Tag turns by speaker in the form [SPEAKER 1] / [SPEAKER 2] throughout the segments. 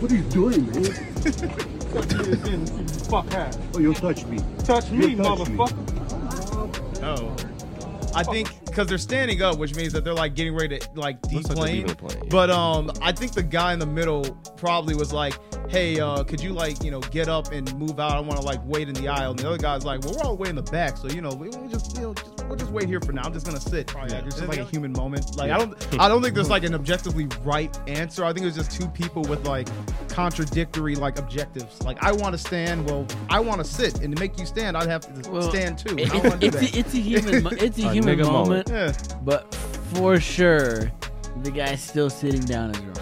[SPEAKER 1] What are you doing, man?
[SPEAKER 2] Fuck ass.
[SPEAKER 1] Oh, you'll touch me.
[SPEAKER 2] Touch me,
[SPEAKER 1] You touch me.
[SPEAKER 2] motherfucker.
[SPEAKER 3] No. I
[SPEAKER 4] Oh.
[SPEAKER 3] think because they're standing up, which means that they're like getting ready to like
[SPEAKER 4] Looks like
[SPEAKER 3] deplane.
[SPEAKER 4] they're leaving the plane, yeah.
[SPEAKER 3] but um, I think the guy in the middle probably was like, "Hey, uh, could you like you know get up and move out? I want to like wait in the aisle." And the other guy's like, "Well, we're all the way in the back, so you know we- we'll just you know just, we'll just wait here for now. I'm just gonna sit."
[SPEAKER 4] Oh,
[SPEAKER 3] Like, it's just like a human moment. Like I don't I don't think there's like an objectively right answer. I think it was just two people with like contradictory like objectives. Like I want to stand. Well, I want to sit, and to make you stand, I'd have to
[SPEAKER 5] Well,
[SPEAKER 3] stand too.
[SPEAKER 5] it-
[SPEAKER 3] I don't want to do
[SPEAKER 5] it's,
[SPEAKER 3] that.
[SPEAKER 5] a, it's a human, mo- it's a
[SPEAKER 4] A
[SPEAKER 5] human
[SPEAKER 4] nigga
[SPEAKER 5] moment,
[SPEAKER 4] moment.
[SPEAKER 3] Yeah.
[SPEAKER 5] but for sure, the guy still sitting down is wrong.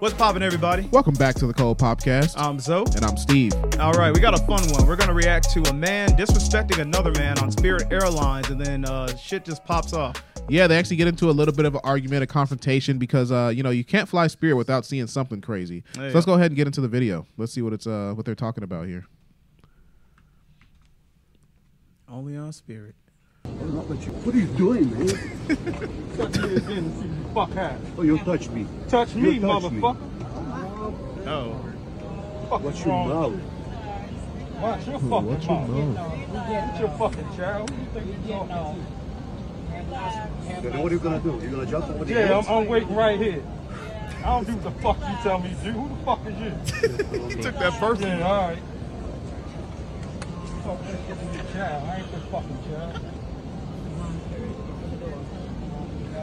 [SPEAKER 3] What's poppin', everybody?
[SPEAKER 6] Welcome back to the Cold Podcast.
[SPEAKER 3] I'm Zoe.
[SPEAKER 6] and I'm Steve.
[SPEAKER 3] All right, we got a fun one. We're gonna react to a man disrespecting another man on Spirit Airlines, and then uh, shit just pops off.
[SPEAKER 6] Yeah, they actually get into a little bit of an argument, a confrontation, because uh, you know you can't fly Spirit without seeing something crazy.
[SPEAKER 3] Yeah.
[SPEAKER 6] So let's go ahead and get into the video. Let's see what it's uh, what they're talking about here.
[SPEAKER 3] Only on Spirit.
[SPEAKER 1] I'll not let you. What are you doing, man?
[SPEAKER 2] Fuck ass.
[SPEAKER 1] Oh, you'll touch me.
[SPEAKER 2] Touch me,
[SPEAKER 1] You touch me.
[SPEAKER 2] motherfucker.
[SPEAKER 3] No.
[SPEAKER 2] Fuck
[SPEAKER 1] What's your
[SPEAKER 2] wrong.
[SPEAKER 1] mouth?
[SPEAKER 2] Watch your fucking
[SPEAKER 6] What you
[SPEAKER 2] mouth.
[SPEAKER 6] know?
[SPEAKER 2] Get your fucking child. Who you think you're talking to?
[SPEAKER 1] Then what are you gonna do? You're gonna jump over the
[SPEAKER 2] Yeah, I'm,
[SPEAKER 1] fence?
[SPEAKER 2] I'm waiting right here. I don't do what the fuck you tell me to do. Who the fuck is you?
[SPEAKER 3] He took that person.
[SPEAKER 2] Yeah, all right. Fuck, just give me your child. I ain't your fucking child. I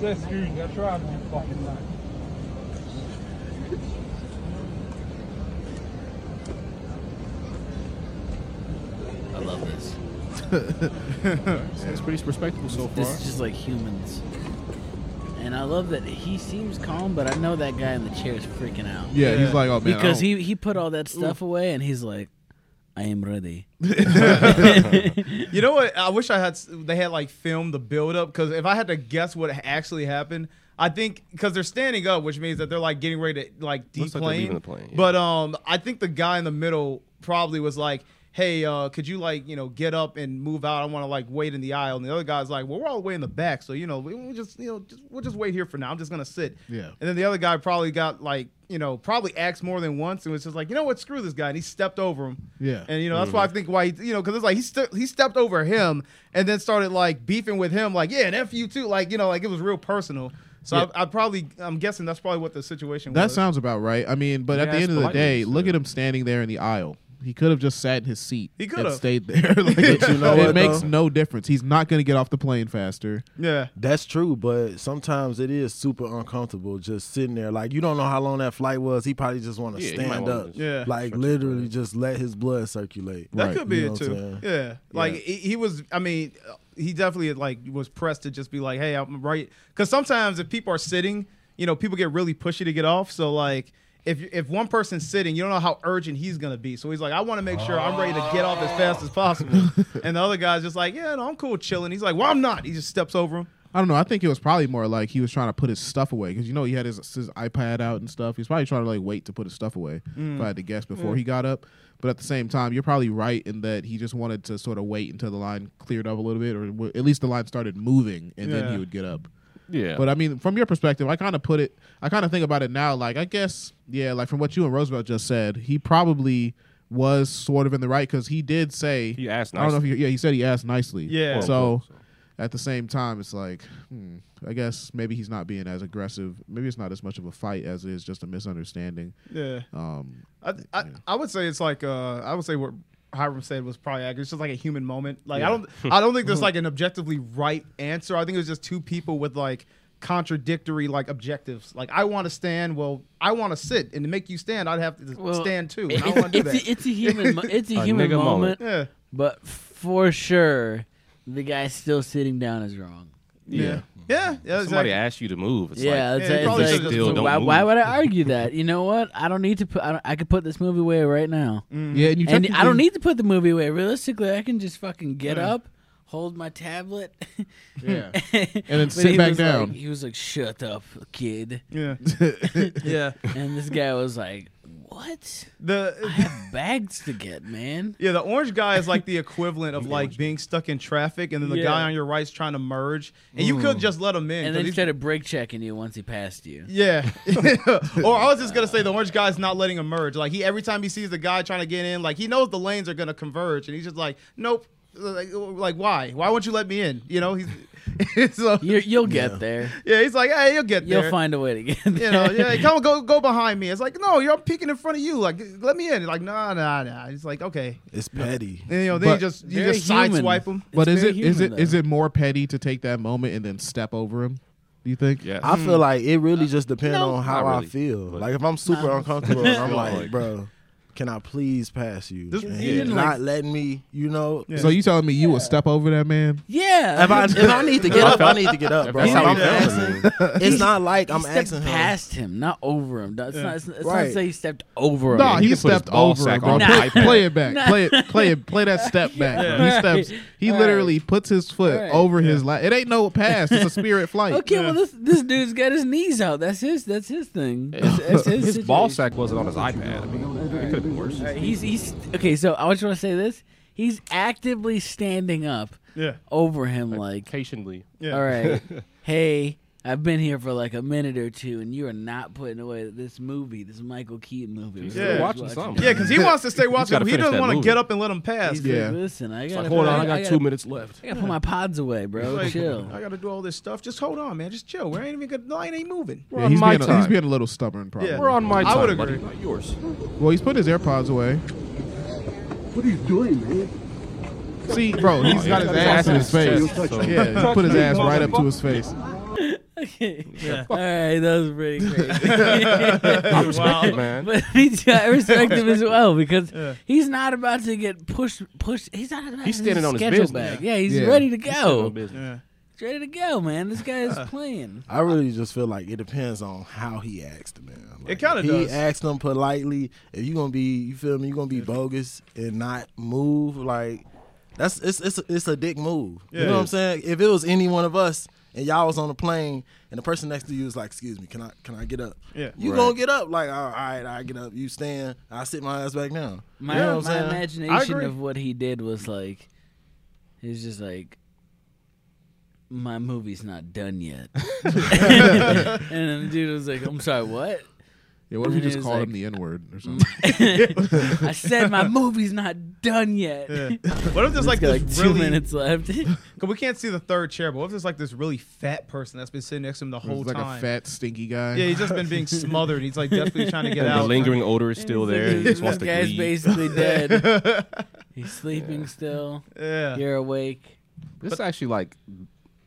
[SPEAKER 2] said excuse me. I tried to be fucking nice.
[SPEAKER 4] I love this.
[SPEAKER 6] It's pretty respectable so
[SPEAKER 5] This is just like humans. And I love that he seems calm, but I know that guy in the chair is freaking out.
[SPEAKER 6] Yeah, he's like, oh man,
[SPEAKER 5] because
[SPEAKER 6] I don't-
[SPEAKER 5] he, he put all that stuff away and he's like, I am ready.
[SPEAKER 3] You know what? I wish I had. They had like filmed the build up because if I had to guess what actually happened, I think because they're standing up, which means that they're like getting ready to like
[SPEAKER 4] Looks like they're
[SPEAKER 3] deplane.
[SPEAKER 4] leaving the plane, yeah.
[SPEAKER 3] But um, I think the guy in the middle probably was like. Hey, uh, could you like you know get up and move out? I want to like wait in the aisle. And the other guy's like, well, we're all the way in the back, so you know we, we just you know just, we'll just wait here for now. I'm just gonna sit.
[SPEAKER 6] Yeah.
[SPEAKER 3] And then the other guy probably got like you know probably asked more than once and was just like, you know what, screw this guy, and he stepped over him.
[SPEAKER 6] Yeah.
[SPEAKER 3] And you know that's why I think why he, you know because it's like he st- he stepped over him and then started like beefing with him like yeah and f you too like you know like it was real personal. So
[SPEAKER 6] Yeah.
[SPEAKER 3] I, I probably I'm guessing that's probably what the situation
[SPEAKER 6] that
[SPEAKER 3] was.
[SPEAKER 6] sounds about right. I mean, but at
[SPEAKER 4] Yeah,
[SPEAKER 6] the
[SPEAKER 4] it's
[SPEAKER 6] end of the
[SPEAKER 4] politeness,
[SPEAKER 6] day, look
[SPEAKER 4] yeah.
[SPEAKER 6] at him standing there in the aisle. He could have just sat in his seat.
[SPEAKER 3] He
[SPEAKER 6] and
[SPEAKER 3] could have.
[SPEAKER 6] stayed there. Like,
[SPEAKER 4] But you know
[SPEAKER 6] it
[SPEAKER 4] what,
[SPEAKER 6] makes
[SPEAKER 4] though?
[SPEAKER 6] no difference. He's not going to get off the plane faster.
[SPEAKER 3] yeah.
[SPEAKER 4] That's true, but sometimes it is super uncomfortable just sitting there. Like you don't know how long that flight was. He probably just want to
[SPEAKER 6] Yeah, he might
[SPEAKER 4] stand
[SPEAKER 6] wanna
[SPEAKER 4] up,
[SPEAKER 6] just
[SPEAKER 3] Yeah.
[SPEAKER 4] like literally just let his blood circulate.
[SPEAKER 3] That
[SPEAKER 6] Right.
[SPEAKER 3] could be
[SPEAKER 4] You know
[SPEAKER 3] it
[SPEAKER 4] what I'm
[SPEAKER 3] too.
[SPEAKER 4] saying?
[SPEAKER 3] Yeah, like He, he was. I mean, uh, he definitely like was pressed to just be like, "Hey, I'm right." Because sometimes if people are sitting, you know, people get really pushy to get off. So like, if if one person's sitting, you don't know how urgent he's gonna be. So he's like, "I want to make sure I'm ready to get off as fast as possible." and the other guy's just like, "Yeah, no, I'm cool chilling." He's like, "Well, I'm not." He just steps over him.
[SPEAKER 6] I don't know. I think it was probably more like he was trying to put his stuff away because you know he had his, his iPad out and stuff. He was probably trying to like wait to put his stuff away. If I had to guess before he got up, but at the same time, you're probably right in that he just wanted to sort of wait until the line cleared up a little bit, or w- at least the line started moving, and then
[SPEAKER 3] Yeah.
[SPEAKER 6] he would get up.
[SPEAKER 4] Yeah.
[SPEAKER 6] But I mean, from your perspective, I kind of put it. I kind of think about it now. Like, I guess, yeah, like from what you and Roosevelt just said, he probably was sort of in the right because he did say
[SPEAKER 4] He asked
[SPEAKER 6] I don't know if he, yeah, he said he asked nicely.
[SPEAKER 3] Yeah.
[SPEAKER 6] So, at the same time, it's like, hmm, I guess maybe he's not being as aggressive. Maybe it's not as much of a fight as it is just a misunderstanding.
[SPEAKER 3] Yeah.
[SPEAKER 6] Um,
[SPEAKER 3] I, I, I would say it's like uh, I would say what Hiram said was probably accurate. It's just like a human moment. Like I don't I don't think there's like an objectively right answer. I think it was just two people with like contradictory like objectives. Like I want to stand. Well, I want to sit, and to make you stand, I'd have to
[SPEAKER 5] Well,
[SPEAKER 3] stand too. And I don't
[SPEAKER 5] It's,
[SPEAKER 3] want to do
[SPEAKER 5] it's,
[SPEAKER 3] that.
[SPEAKER 5] a, it's a human, mo- it's a
[SPEAKER 4] A
[SPEAKER 5] human
[SPEAKER 4] nigga
[SPEAKER 5] moment,
[SPEAKER 4] moment.
[SPEAKER 3] Yeah,
[SPEAKER 5] but for sure, the guy still sitting down is wrong.
[SPEAKER 4] Yeah.
[SPEAKER 3] yeah, yeah.
[SPEAKER 4] Somebody
[SPEAKER 3] Exactly.
[SPEAKER 4] asked you to move. It's
[SPEAKER 5] yeah,
[SPEAKER 4] like,
[SPEAKER 5] it's,
[SPEAKER 3] Yeah,
[SPEAKER 5] it's
[SPEAKER 3] eh, probably
[SPEAKER 5] like,
[SPEAKER 3] should've just
[SPEAKER 4] moved.
[SPEAKER 5] why,
[SPEAKER 4] Don't
[SPEAKER 5] why
[SPEAKER 4] move.
[SPEAKER 5] would I argue that? You know what? I don't need to put. I, don't, I could put this movie away right now.
[SPEAKER 3] Mm-hmm.
[SPEAKER 6] Yeah, and you
[SPEAKER 5] and I
[SPEAKER 6] technically-
[SPEAKER 5] don't need to put the movie away. Realistically, I can just fucking get
[SPEAKER 3] Mm.
[SPEAKER 5] up, hold my tablet,
[SPEAKER 6] Yeah.
[SPEAKER 5] and
[SPEAKER 6] then sit back down.
[SPEAKER 5] he was like, "Shut up, kid,"
[SPEAKER 3] Yeah, yeah.
[SPEAKER 5] and this guy was like, what? I
[SPEAKER 3] The
[SPEAKER 5] have bags to get, man.
[SPEAKER 3] yeah, the orange guy is like the equivalent of like being stuck in traffic, and then the
[SPEAKER 5] Yeah.
[SPEAKER 3] guy on your right's trying to merge, and
[SPEAKER 4] Mm.
[SPEAKER 3] you could just let him in.
[SPEAKER 5] And
[SPEAKER 3] 'cause
[SPEAKER 5] then he
[SPEAKER 3] he's-
[SPEAKER 5] started brake checking you once he passed you.
[SPEAKER 3] Yeah. or I was just gonna say the orange guy's not letting him merge. Like he every time he sees the guy trying to get in, like he knows the lanes are gonna converge, and he's just like, nope. Like, like, why? Why won't you let me in? You know, he's so
[SPEAKER 5] you you'll get there.
[SPEAKER 3] yeah. He's like, hey, you'll get there.
[SPEAKER 5] You'll find a way to get there.
[SPEAKER 3] You know, yeah. Come go go behind me. It's like, no, you're I'm peeking in front of you. Like, let me in. Like, nah, nah, nah. It's like, okay.
[SPEAKER 4] It's petty.
[SPEAKER 3] And, you know, then you
[SPEAKER 6] But
[SPEAKER 3] just you
[SPEAKER 5] very
[SPEAKER 3] just
[SPEAKER 5] human.
[SPEAKER 3] sideswipe him.
[SPEAKER 5] It's
[SPEAKER 6] But is
[SPEAKER 5] very
[SPEAKER 6] it is it
[SPEAKER 5] human,
[SPEAKER 6] is
[SPEAKER 5] though.
[SPEAKER 6] it more petty to take that moment and then step over him? Do you think?
[SPEAKER 7] Yeah.
[SPEAKER 4] I feel like it really just depends
[SPEAKER 3] no,
[SPEAKER 4] on how
[SPEAKER 7] not
[SPEAKER 4] I
[SPEAKER 7] really,
[SPEAKER 4] feel.
[SPEAKER 7] but-
[SPEAKER 4] Hmm. Like if I'm super uncomfortable, and I'm
[SPEAKER 7] Feel
[SPEAKER 4] like,
[SPEAKER 7] like-
[SPEAKER 4] bro, can I please pass you?
[SPEAKER 3] This-
[SPEAKER 4] And
[SPEAKER 3] you
[SPEAKER 4] he
[SPEAKER 3] didn't,
[SPEAKER 4] not
[SPEAKER 3] like-
[SPEAKER 4] letting me, you know.
[SPEAKER 6] So you telling me you would step over that man?
[SPEAKER 5] Yeah.
[SPEAKER 4] If I, if I need to get up, I need to get up, bro.
[SPEAKER 7] That's
[SPEAKER 4] If
[SPEAKER 7] how
[SPEAKER 4] I'm
[SPEAKER 7] you feel.
[SPEAKER 4] passing, it's not like I'm
[SPEAKER 5] he stepped
[SPEAKER 4] asking him.
[SPEAKER 5] past him, not over him. That's not. It's, it's
[SPEAKER 4] Right.
[SPEAKER 5] not say he stepped over him.
[SPEAKER 7] he
[SPEAKER 6] No, he
[SPEAKER 7] can put his
[SPEAKER 6] stepped
[SPEAKER 7] ball
[SPEAKER 6] over
[SPEAKER 7] sack
[SPEAKER 6] it, bro.
[SPEAKER 7] on the
[SPEAKER 6] Play,
[SPEAKER 7] iPad.
[SPEAKER 6] play it back. Play it. Play it. Play that step back. bro. He
[SPEAKER 5] Right.
[SPEAKER 6] steps. He
[SPEAKER 5] Right.
[SPEAKER 6] literally puts his foot
[SPEAKER 5] Right.
[SPEAKER 6] over his lap. It ain't no pass. It's a spirit flight.
[SPEAKER 5] Okay, well this this dude's got his knees out. That's his. That's his thing. That's, that's his,
[SPEAKER 7] His ball
[SPEAKER 5] situation.
[SPEAKER 7] sack wasn't on his iPad. I mean, it could have been worse.
[SPEAKER 5] All right, he's he's okay. So I just want to say this. He's actively standing up
[SPEAKER 3] Yeah.
[SPEAKER 5] over him, like,
[SPEAKER 7] Occasionally.
[SPEAKER 3] Yeah.
[SPEAKER 5] all right, hey, I've been here for like a minute or two, and you are not putting away this movie, this Michael Keaton movie.
[SPEAKER 7] He's
[SPEAKER 5] We're
[SPEAKER 3] still
[SPEAKER 7] watching something.
[SPEAKER 3] Yeah, because he wants to stay watching.
[SPEAKER 7] gotta
[SPEAKER 3] him. He
[SPEAKER 7] finish
[SPEAKER 3] doesn't
[SPEAKER 7] that
[SPEAKER 3] want to
[SPEAKER 7] movie.
[SPEAKER 3] get up and let him pass.
[SPEAKER 5] He's
[SPEAKER 3] man.
[SPEAKER 5] like, listen, I
[SPEAKER 7] Like,
[SPEAKER 5] gotta
[SPEAKER 7] hold on, I got
[SPEAKER 5] gotta-
[SPEAKER 7] two minutes left.
[SPEAKER 5] I gotta put my pods away, bro.
[SPEAKER 3] Like,
[SPEAKER 5] Chill.
[SPEAKER 3] I gotta do all this stuff. Just hold on, man. Just chill. We ain't even good. Line ain't moving.
[SPEAKER 7] We're
[SPEAKER 6] Yeah,
[SPEAKER 7] on
[SPEAKER 6] he's,
[SPEAKER 7] my
[SPEAKER 6] being a, he's
[SPEAKER 7] time.
[SPEAKER 6] being a little stubborn, probably.
[SPEAKER 3] Yeah.
[SPEAKER 7] We're on my
[SPEAKER 3] I would
[SPEAKER 7] time, buddy,
[SPEAKER 3] agree.
[SPEAKER 7] not yours.
[SPEAKER 6] Well, he's put his AirPods away.
[SPEAKER 1] What are you doing, man? Oh,
[SPEAKER 6] See,
[SPEAKER 7] Oh,
[SPEAKER 6] bro, he's got his
[SPEAKER 7] got his
[SPEAKER 6] ass in
[SPEAKER 7] ass
[SPEAKER 6] his
[SPEAKER 7] in his
[SPEAKER 6] face.
[SPEAKER 7] chest, so-
[SPEAKER 6] Yeah, he put his ass right up to his face.
[SPEAKER 5] Okay. All right, that was pretty crazy.
[SPEAKER 7] I respect it, man.
[SPEAKER 5] But he, I respect him as well because he's not about to get pushed. Pushed. He's not about
[SPEAKER 7] He's
[SPEAKER 5] to
[SPEAKER 7] standing on his
[SPEAKER 5] schedule
[SPEAKER 7] business.
[SPEAKER 5] back. Yeah, he's
[SPEAKER 6] Yeah.
[SPEAKER 5] ready to
[SPEAKER 7] Oh.
[SPEAKER 5] go. He's ready to go, man. This guy is playing.
[SPEAKER 4] I really just feel like it depends on how he asked the man. Like,
[SPEAKER 3] It kinda
[SPEAKER 4] if
[SPEAKER 3] does.
[SPEAKER 4] He asked him politely. If you gonna be, you feel me? You gonna be bogus and not move like that's it's it's it's a dick move.
[SPEAKER 3] Yeah.
[SPEAKER 4] you know what I'm saying? If it was any one of us and y'all was on a plane and the person next to you was like, "Excuse me, can I can I get up?"
[SPEAKER 3] Yeah.
[SPEAKER 4] you gonna get up? Like, all right, I get up. You stand. I sit my ass back down.
[SPEAKER 5] My,
[SPEAKER 4] you know what
[SPEAKER 5] my
[SPEAKER 4] I'm saying?
[SPEAKER 3] I
[SPEAKER 5] imagination
[SPEAKER 3] agree.
[SPEAKER 5] of what he did was like, it's just like, my movie's not done yet. and then the dude was like, I'm sorry, what?
[SPEAKER 6] Yeah, what if you
[SPEAKER 5] And he
[SPEAKER 6] just
[SPEAKER 5] was
[SPEAKER 6] called him
[SPEAKER 5] like-
[SPEAKER 6] the N word or something?
[SPEAKER 5] I said my movie's not done yet.
[SPEAKER 3] Yeah. What if there's like
[SPEAKER 5] got
[SPEAKER 3] this
[SPEAKER 5] like two
[SPEAKER 3] really?
[SPEAKER 5] minutes left.
[SPEAKER 3] Cause we can't see the third chair, but what if there's like this really fat person that's been sitting next to him the whole
[SPEAKER 6] He's like
[SPEAKER 3] time?
[SPEAKER 6] a fat, stinky guy.
[SPEAKER 3] yeah, he's just been being smothered. He's like desperately trying to get
[SPEAKER 7] The
[SPEAKER 3] out.
[SPEAKER 7] lingering odor is still there. He
[SPEAKER 5] this
[SPEAKER 7] just wants to
[SPEAKER 5] guy's
[SPEAKER 7] leave.
[SPEAKER 5] basically dead. He's sleeping still.
[SPEAKER 3] Yeah.
[SPEAKER 5] You're awake.
[SPEAKER 7] This actually like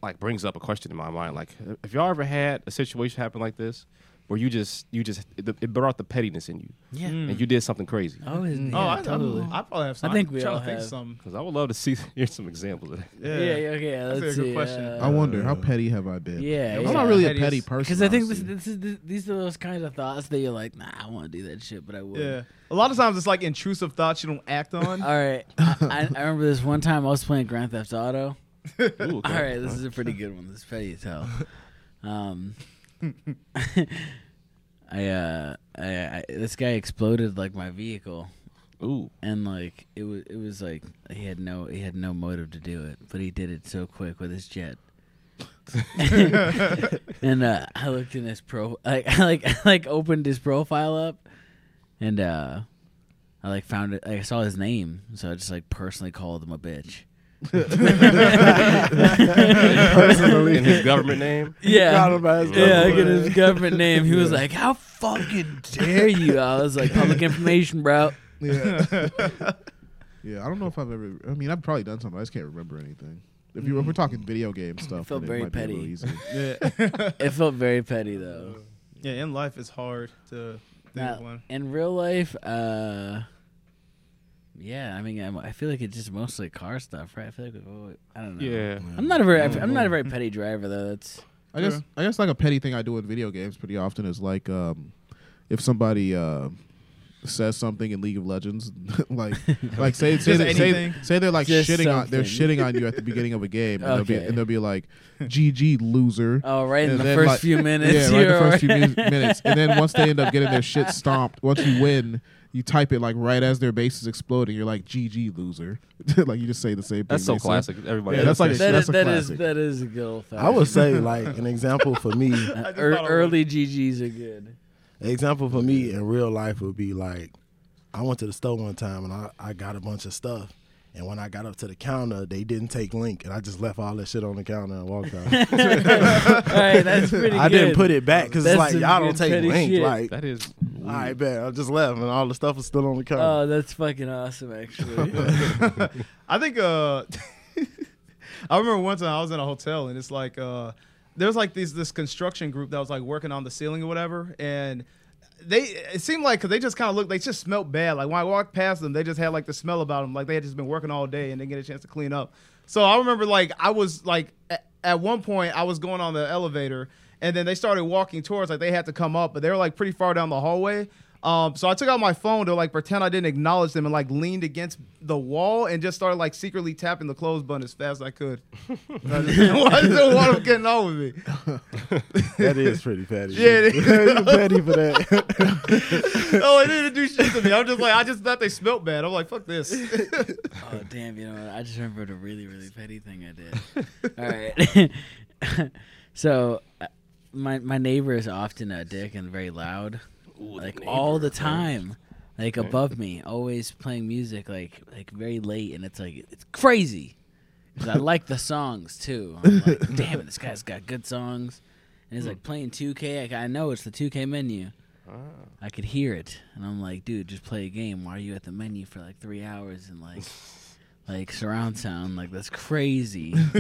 [SPEAKER 7] like brings up a question in my mind. Like, have y'all ever had a situation happen like this where you just you just it, it brought the pettiness in you
[SPEAKER 5] Yeah.
[SPEAKER 7] and you did something crazy?
[SPEAKER 5] Hmm. Oh, his, yeah,
[SPEAKER 3] Mm. Oh, I,
[SPEAKER 5] totally.
[SPEAKER 3] I, I probably have some.
[SPEAKER 5] I think
[SPEAKER 3] I'm
[SPEAKER 5] we
[SPEAKER 3] trying
[SPEAKER 5] all
[SPEAKER 3] to think
[SPEAKER 5] have.
[SPEAKER 3] some.
[SPEAKER 7] Because I would love to see here's some examples of that.
[SPEAKER 3] Yeah.
[SPEAKER 5] yeah, yeah, okay. Let's
[SPEAKER 3] a good
[SPEAKER 5] see.
[SPEAKER 3] question.
[SPEAKER 5] uh,
[SPEAKER 6] I wonder how petty have I been?
[SPEAKER 5] Yeah,
[SPEAKER 6] I'm
[SPEAKER 5] yeah.
[SPEAKER 6] not really a
[SPEAKER 3] Petty
[SPEAKER 6] petty
[SPEAKER 3] is-
[SPEAKER 6] person.
[SPEAKER 5] Because I think this,
[SPEAKER 6] honestly.
[SPEAKER 5] this is th these are those kinds of thoughts that you're like, nah, I want to do that shit, but I would.
[SPEAKER 3] Yeah. A lot of times it's like intrusive thoughts you don't act on.
[SPEAKER 5] All right. I, I, I remember this one time I was playing Grand Theft Auto.
[SPEAKER 7] Ooh, okay.
[SPEAKER 5] All right, this is a pretty good one. This is petty as hell. Um, I, uh, I, I this guy exploded like my vehicle,
[SPEAKER 7] Ooh.
[SPEAKER 5] and like it was it was like he had no he had no motive to do it, but he did it so quick with his jet. and uh, I looked in his pro, like I like I like opened his profile up, and uh, I like found it. I saw his name, so I just like personally called him a bitch.
[SPEAKER 7] In his government name.
[SPEAKER 5] Yeah,
[SPEAKER 4] Got him by his
[SPEAKER 5] Yeah, I
[SPEAKER 4] government
[SPEAKER 5] get his government name. He was like, "How fucking dare you?" I was like, "Public information, bro."
[SPEAKER 6] Yeah. yeah, I don't know if I've ever. I mean, I've probably done something. I just can't remember anything. If, you, if we're talking video game stuff,
[SPEAKER 5] felt Mm.
[SPEAKER 6] then
[SPEAKER 5] very
[SPEAKER 6] it might be a little
[SPEAKER 5] petty.
[SPEAKER 6] easy.
[SPEAKER 3] yeah.
[SPEAKER 5] It felt very petty though.
[SPEAKER 3] Yeah, in life it's hard to think of
[SPEAKER 5] Now,
[SPEAKER 3] one.
[SPEAKER 5] in real life, uh, yeah, I mean, I'm, I feel like it's just mostly car stuff, right? I feel like oh, I don't know.
[SPEAKER 7] Yeah.
[SPEAKER 5] I'm not a very I'm not a
[SPEAKER 6] Mm-hmm.
[SPEAKER 5] very petty driver though. That's
[SPEAKER 6] I guess I guess like a petty thing I do in video games pretty often is like um, if somebody uh, says something in League of Legends, like like say say,
[SPEAKER 3] Just
[SPEAKER 6] they, say
[SPEAKER 3] anything?
[SPEAKER 6] say they're like
[SPEAKER 5] Just
[SPEAKER 6] shitting on they're
[SPEAKER 5] something.
[SPEAKER 6] shitting on you at the beginning of a game, and, they'll,
[SPEAKER 5] Okay.
[SPEAKER 6] be, and they'll be like, "GG loser."
[SPEAKER 5] Oh, right in
[SPEAKER 6] And
[SPEAKER 5] the
[SPEAKER 6] then,
[SPEAKER 5] first
[SPEAKER 6] like-
[SPEAKER 5] few minutes.
[SPEAKER 6] Yeah, right in
[SPEAKER 5] you're
[SPEAKER 6] the first few
[SPEAKER 5] right.
[SPEAKER 6] min- minutes, and then once they end up getting their shit stomped, once you win. You type it like right as their base is exploding. You're like GG loser, like you just say the same thing.
[SPEAKER 7] That's so
[SPEAKER 6] they say.
[SPEAKER 7] classic. Everybody.
[SPEAKER 6] Yeah, that's like
[SPEAKER 5] That is
[SPEAKER 6] a
[SPEAKER 5] that is
[SPEAKER 6] classic.
[SPEAKER 5] that is a good old
[SPEAKER 4] I
[SPEAKER 5] fashioned.
[SPEAKER 4] would say like an example for me.
[SPEAKER 5] early GGs are good.
[SPEAKER 4] An example for me in real life would be like I went to the store one time and I, I got a bunch of stuff. And when I got up to the counter, they didn't take link, and I just left all that shit on the counter and walked out.
[SPEAKER 5] All right, that's pretty.
[SPEAKER 4] I
[SPEAKER 5] good.
[SPEAKER 4] didn't put it back because it's
[SPEAKER 5] That's
[SPEAKER 4] like
[SPEAKER 5] some
[SPEAKER 4] y'all don't
[SPEAKER 5] good
[SPEAKER 4] take
[SPEAKER 5] petty
[SPEAKER 4] link.
[SPEAKER 5] shit.
[SPEAKER 4] Like,
[SPEAKER 7] That is.
[SPEAKER 4] I bet I just left, and all the stuff was still on the counter.
[SPEAKER 5] Oh, that's fucking awesome, actually.
[SPEAKER 3] I think uh I remember one time I was in a hotel and it's like uh there was like these this construction group that was like working on the ceiling or whatever and they it seemed like because they just kind of looked they just smelled bad like when I walked past them they just had like the smell about them like they had just been working all day and didn't get a chance to clean up so I remember like I was like at, at one point I was going on the elevator and then they started walking towards like they had to come up but they were like pretty far down the hallway um, so I took out my phone to like pretend I didn't acknowledge them and like leaned against the wall and just started like secretly tapping the clothes button as fast as I could. I didn't want them getting on with me.
[SPEAKER 4] that is pretty petty.
[SPEAKER 3] Yeah, it is.
[SPEAKER 4] you petty for that.
[SPEAKER 3] Oh, they didn't do shit to me. I'm just like I just thought they smelled bad. I'm like fuck this.
[SPEAKER 5] Oh damn! You know, what? I just remembered a really, really petty thing I did. All right. so, uh, my my neighbor is often a dick and very loud, like all the time, like above me, always playing music, like like very late, and it's like it's crazy. 'Cause I like the songs too. I'm like, damn it, this guy's got good songs, and he's like playing 2K. I, ca- I know it's the 2K menu. I could hear it, and I'm like, dude, just play a game. Why are you at the menu for like three hours and like, like surround sound? Like that's crazy.
[SPEAKER 4] Um,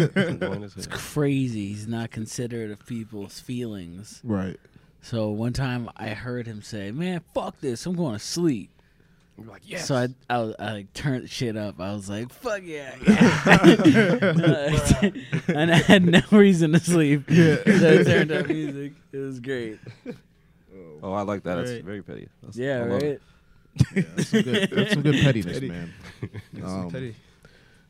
[SPEAKER 5] it's crazy. He's not considerate of people's feelings.
[SPEAKER 6] Right.
[SPEAKER 5] So one time I heard him say, "Man, fuck this. I'm going to sleep."
[SPEAKER 7] Like, yes.
[SPEAKER 5] So I, I, was- I like, turned shit up. I was like, "Fuck yeah!" yeah." and I had no reason to sleep. so I turned up music. It was great.
[SPEAKER 7] Oh, I like that. That's
[SPEAKER 3] Right.
[SPEAKER 7] very petty. That's-
[SPEAKER 5] Yeah,
[SPEAKER 7] I love
[SPEAKER 5] right.
[SPEAKER 7] it.
[SPEAKER 6] That's some good, that's some good pettiness, man. Um,
[SPEAKER 3] Petty.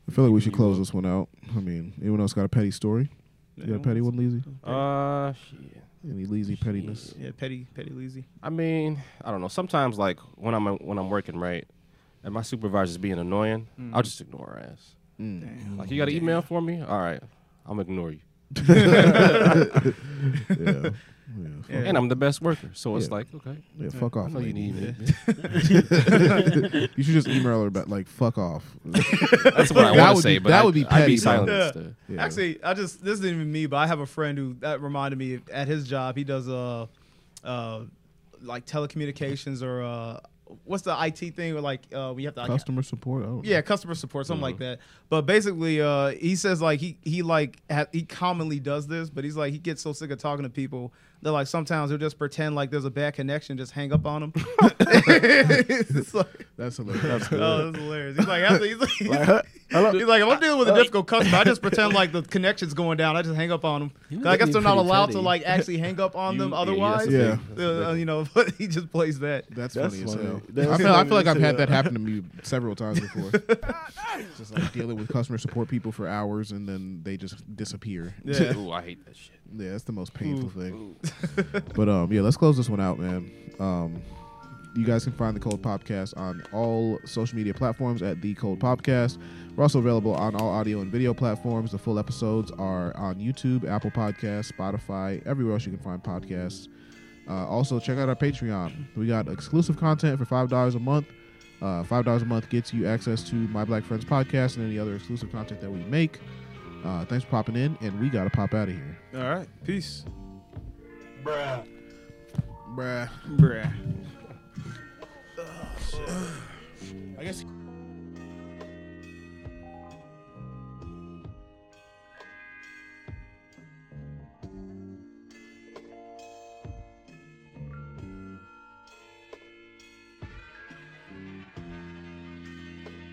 [SPEAKER 6] I feel like we should close this one out. I mean, anyone else got a petty story? You got a petty one, Leezy?
[SPEAKER 7] Uh, shit.
[SPEAKER 6] Any Leezy pettiness?
[SPEAKER 3] Yeah, petty, petty, lazy.
[SPEAKER 7] I mean, I don't know. Sometimes, like when I'm when I'm working, right, and my supervisor's being annoying,
[SPEAKER 6] Mm.
[SPEAKER 7] I'll just ignore her ass. Like, you got an email for me? All right, I'm gonna ignore you.
[SPEAKER 6] Yeah. Yeah. Fuck, yeah.
[SPEAKER 7] And I'm the best worker, so it's
[SPEAKER 6] Yeah.
[SPEAKER 7] like, okay,
[SPEAKER 6] fuck
[SPEAKER 7] I
[SPEAKER 6] off.
[SPEAKER 7] know you
[SPEAKER 6] lady.
[SPEAKER 7] need me.
[SPEAKER 6] You should just email her about like fuck off.
[SPEAKER 7] That's what I
[SPEAKER 6] That
[SPEAKER 7] want
[SPEAKER 6] would
[SPEAKER 7] to say,
[SPEAKER 6] be-
[SPEAKER 7] but
[SPEAKER 6] that
[SPEAKER 7] I-
[SPEAKER 6] would be
[SPEAKER 7] I'd
[SPEAKER 6] petty,
[SPEAKER 7] be
[SPEAKER 6] though.
[SPEAKER 7] silent
[SPEAKER 3] Yeah.
[SPEAKER 7] instead.
[SPEAKER 6] Yeah.
[SPEAKER 3] Actually, I just this isn't even me, but I have a friend who that reminded me at his job. He does uh, uh, like telecommunications or uh, what's the IT thing? Or like uh, we have to like,
[SPEAKER 6] Customer support. Oh.
[SPEAKER 3] yeah, customer support, something like that. But basically, uh, he says like he he like ha- he commonly does this, but he's like he gets so sick of talking to people that like sometimes he'll just pretend like there's a bad connection, just hang up on him. it's like,
[SPEAKER 6] That's hilarious. That's good.
[SPEAKER 3] oh, that's hilarious. He's like, after, he's like, he's
[SPEAKER 4] Like, huh? Hello?
[SPEAKER 3] He's like, if I'm dealing with a difficult customer, I just pretend like the connection's going down. I just hang up on them. 'Cause
[SPEAKER 5] was
[SPEAKER 3] I guess
[SPEAKER 5] being
[SPEAKER 3] they're not
[SPEAKER 5] pretty
[SPEAKER 3] allowed to
[SPEAKER 5] petty.
[SPEAKER 3] like actually hang up on
[SPEAKER 7] You-
[SPEAKER 3] them
[SPEAKER 7] yeah,
[SPEAKER 3] otherwise.
[SPEAKER 6] yeah, that's
[SPEAKER 7] a big-
[SPEAKER 3] Uh, you know, but he just plays that.
[SPEAKER 6] That's,
[SPEAKER 4] That's
[SPEAKER 6] funny,
[SPEAKER 4] funny.
[SPEAKER 6] as hell.
[SPEAKER 4] That's
[SPEAKER 6] I feel, I
[SPEAKER 4] funny
[SPEAKER 6] feel like
[SPEAKER 4] as
[SPEAKER 6] I've had
[SPEAKER 4] hell.
[SPEAKER 6] that happen to me several times before. just like dealing with customer support people for hours and then they just disappear.
[SPEAKER 3] Yeah.
[SPEAKER 7] Ooh, I hate that shit.
[SPEAKER 6] Yeah, that's the most painful thing. but um, yeah, let's close this one out, man. Um, you guys can find the Cold Podcast on all social media platforms at the Cold Podcast. We're also available on all audio and video platforms. The full episodes are on YouTube, Apple Podcasts, Spotify, everywhere else you can find podcasts. Uh, also, check out our Patreon. We got exclusive content for five dollars a month. Uh, five dollars a month gets you access to my Black Friends podcast and any other exclusive content that we make. Uh, thanks for popping in, and we gotta pop out of here.
[SPEAKER 3] All right, peace,
[SPEAKER 2] Bruh.
[SPEAKER 6] Bruh.
[SPEAKER 3] bruh.
[SPEAKER 6] I guess.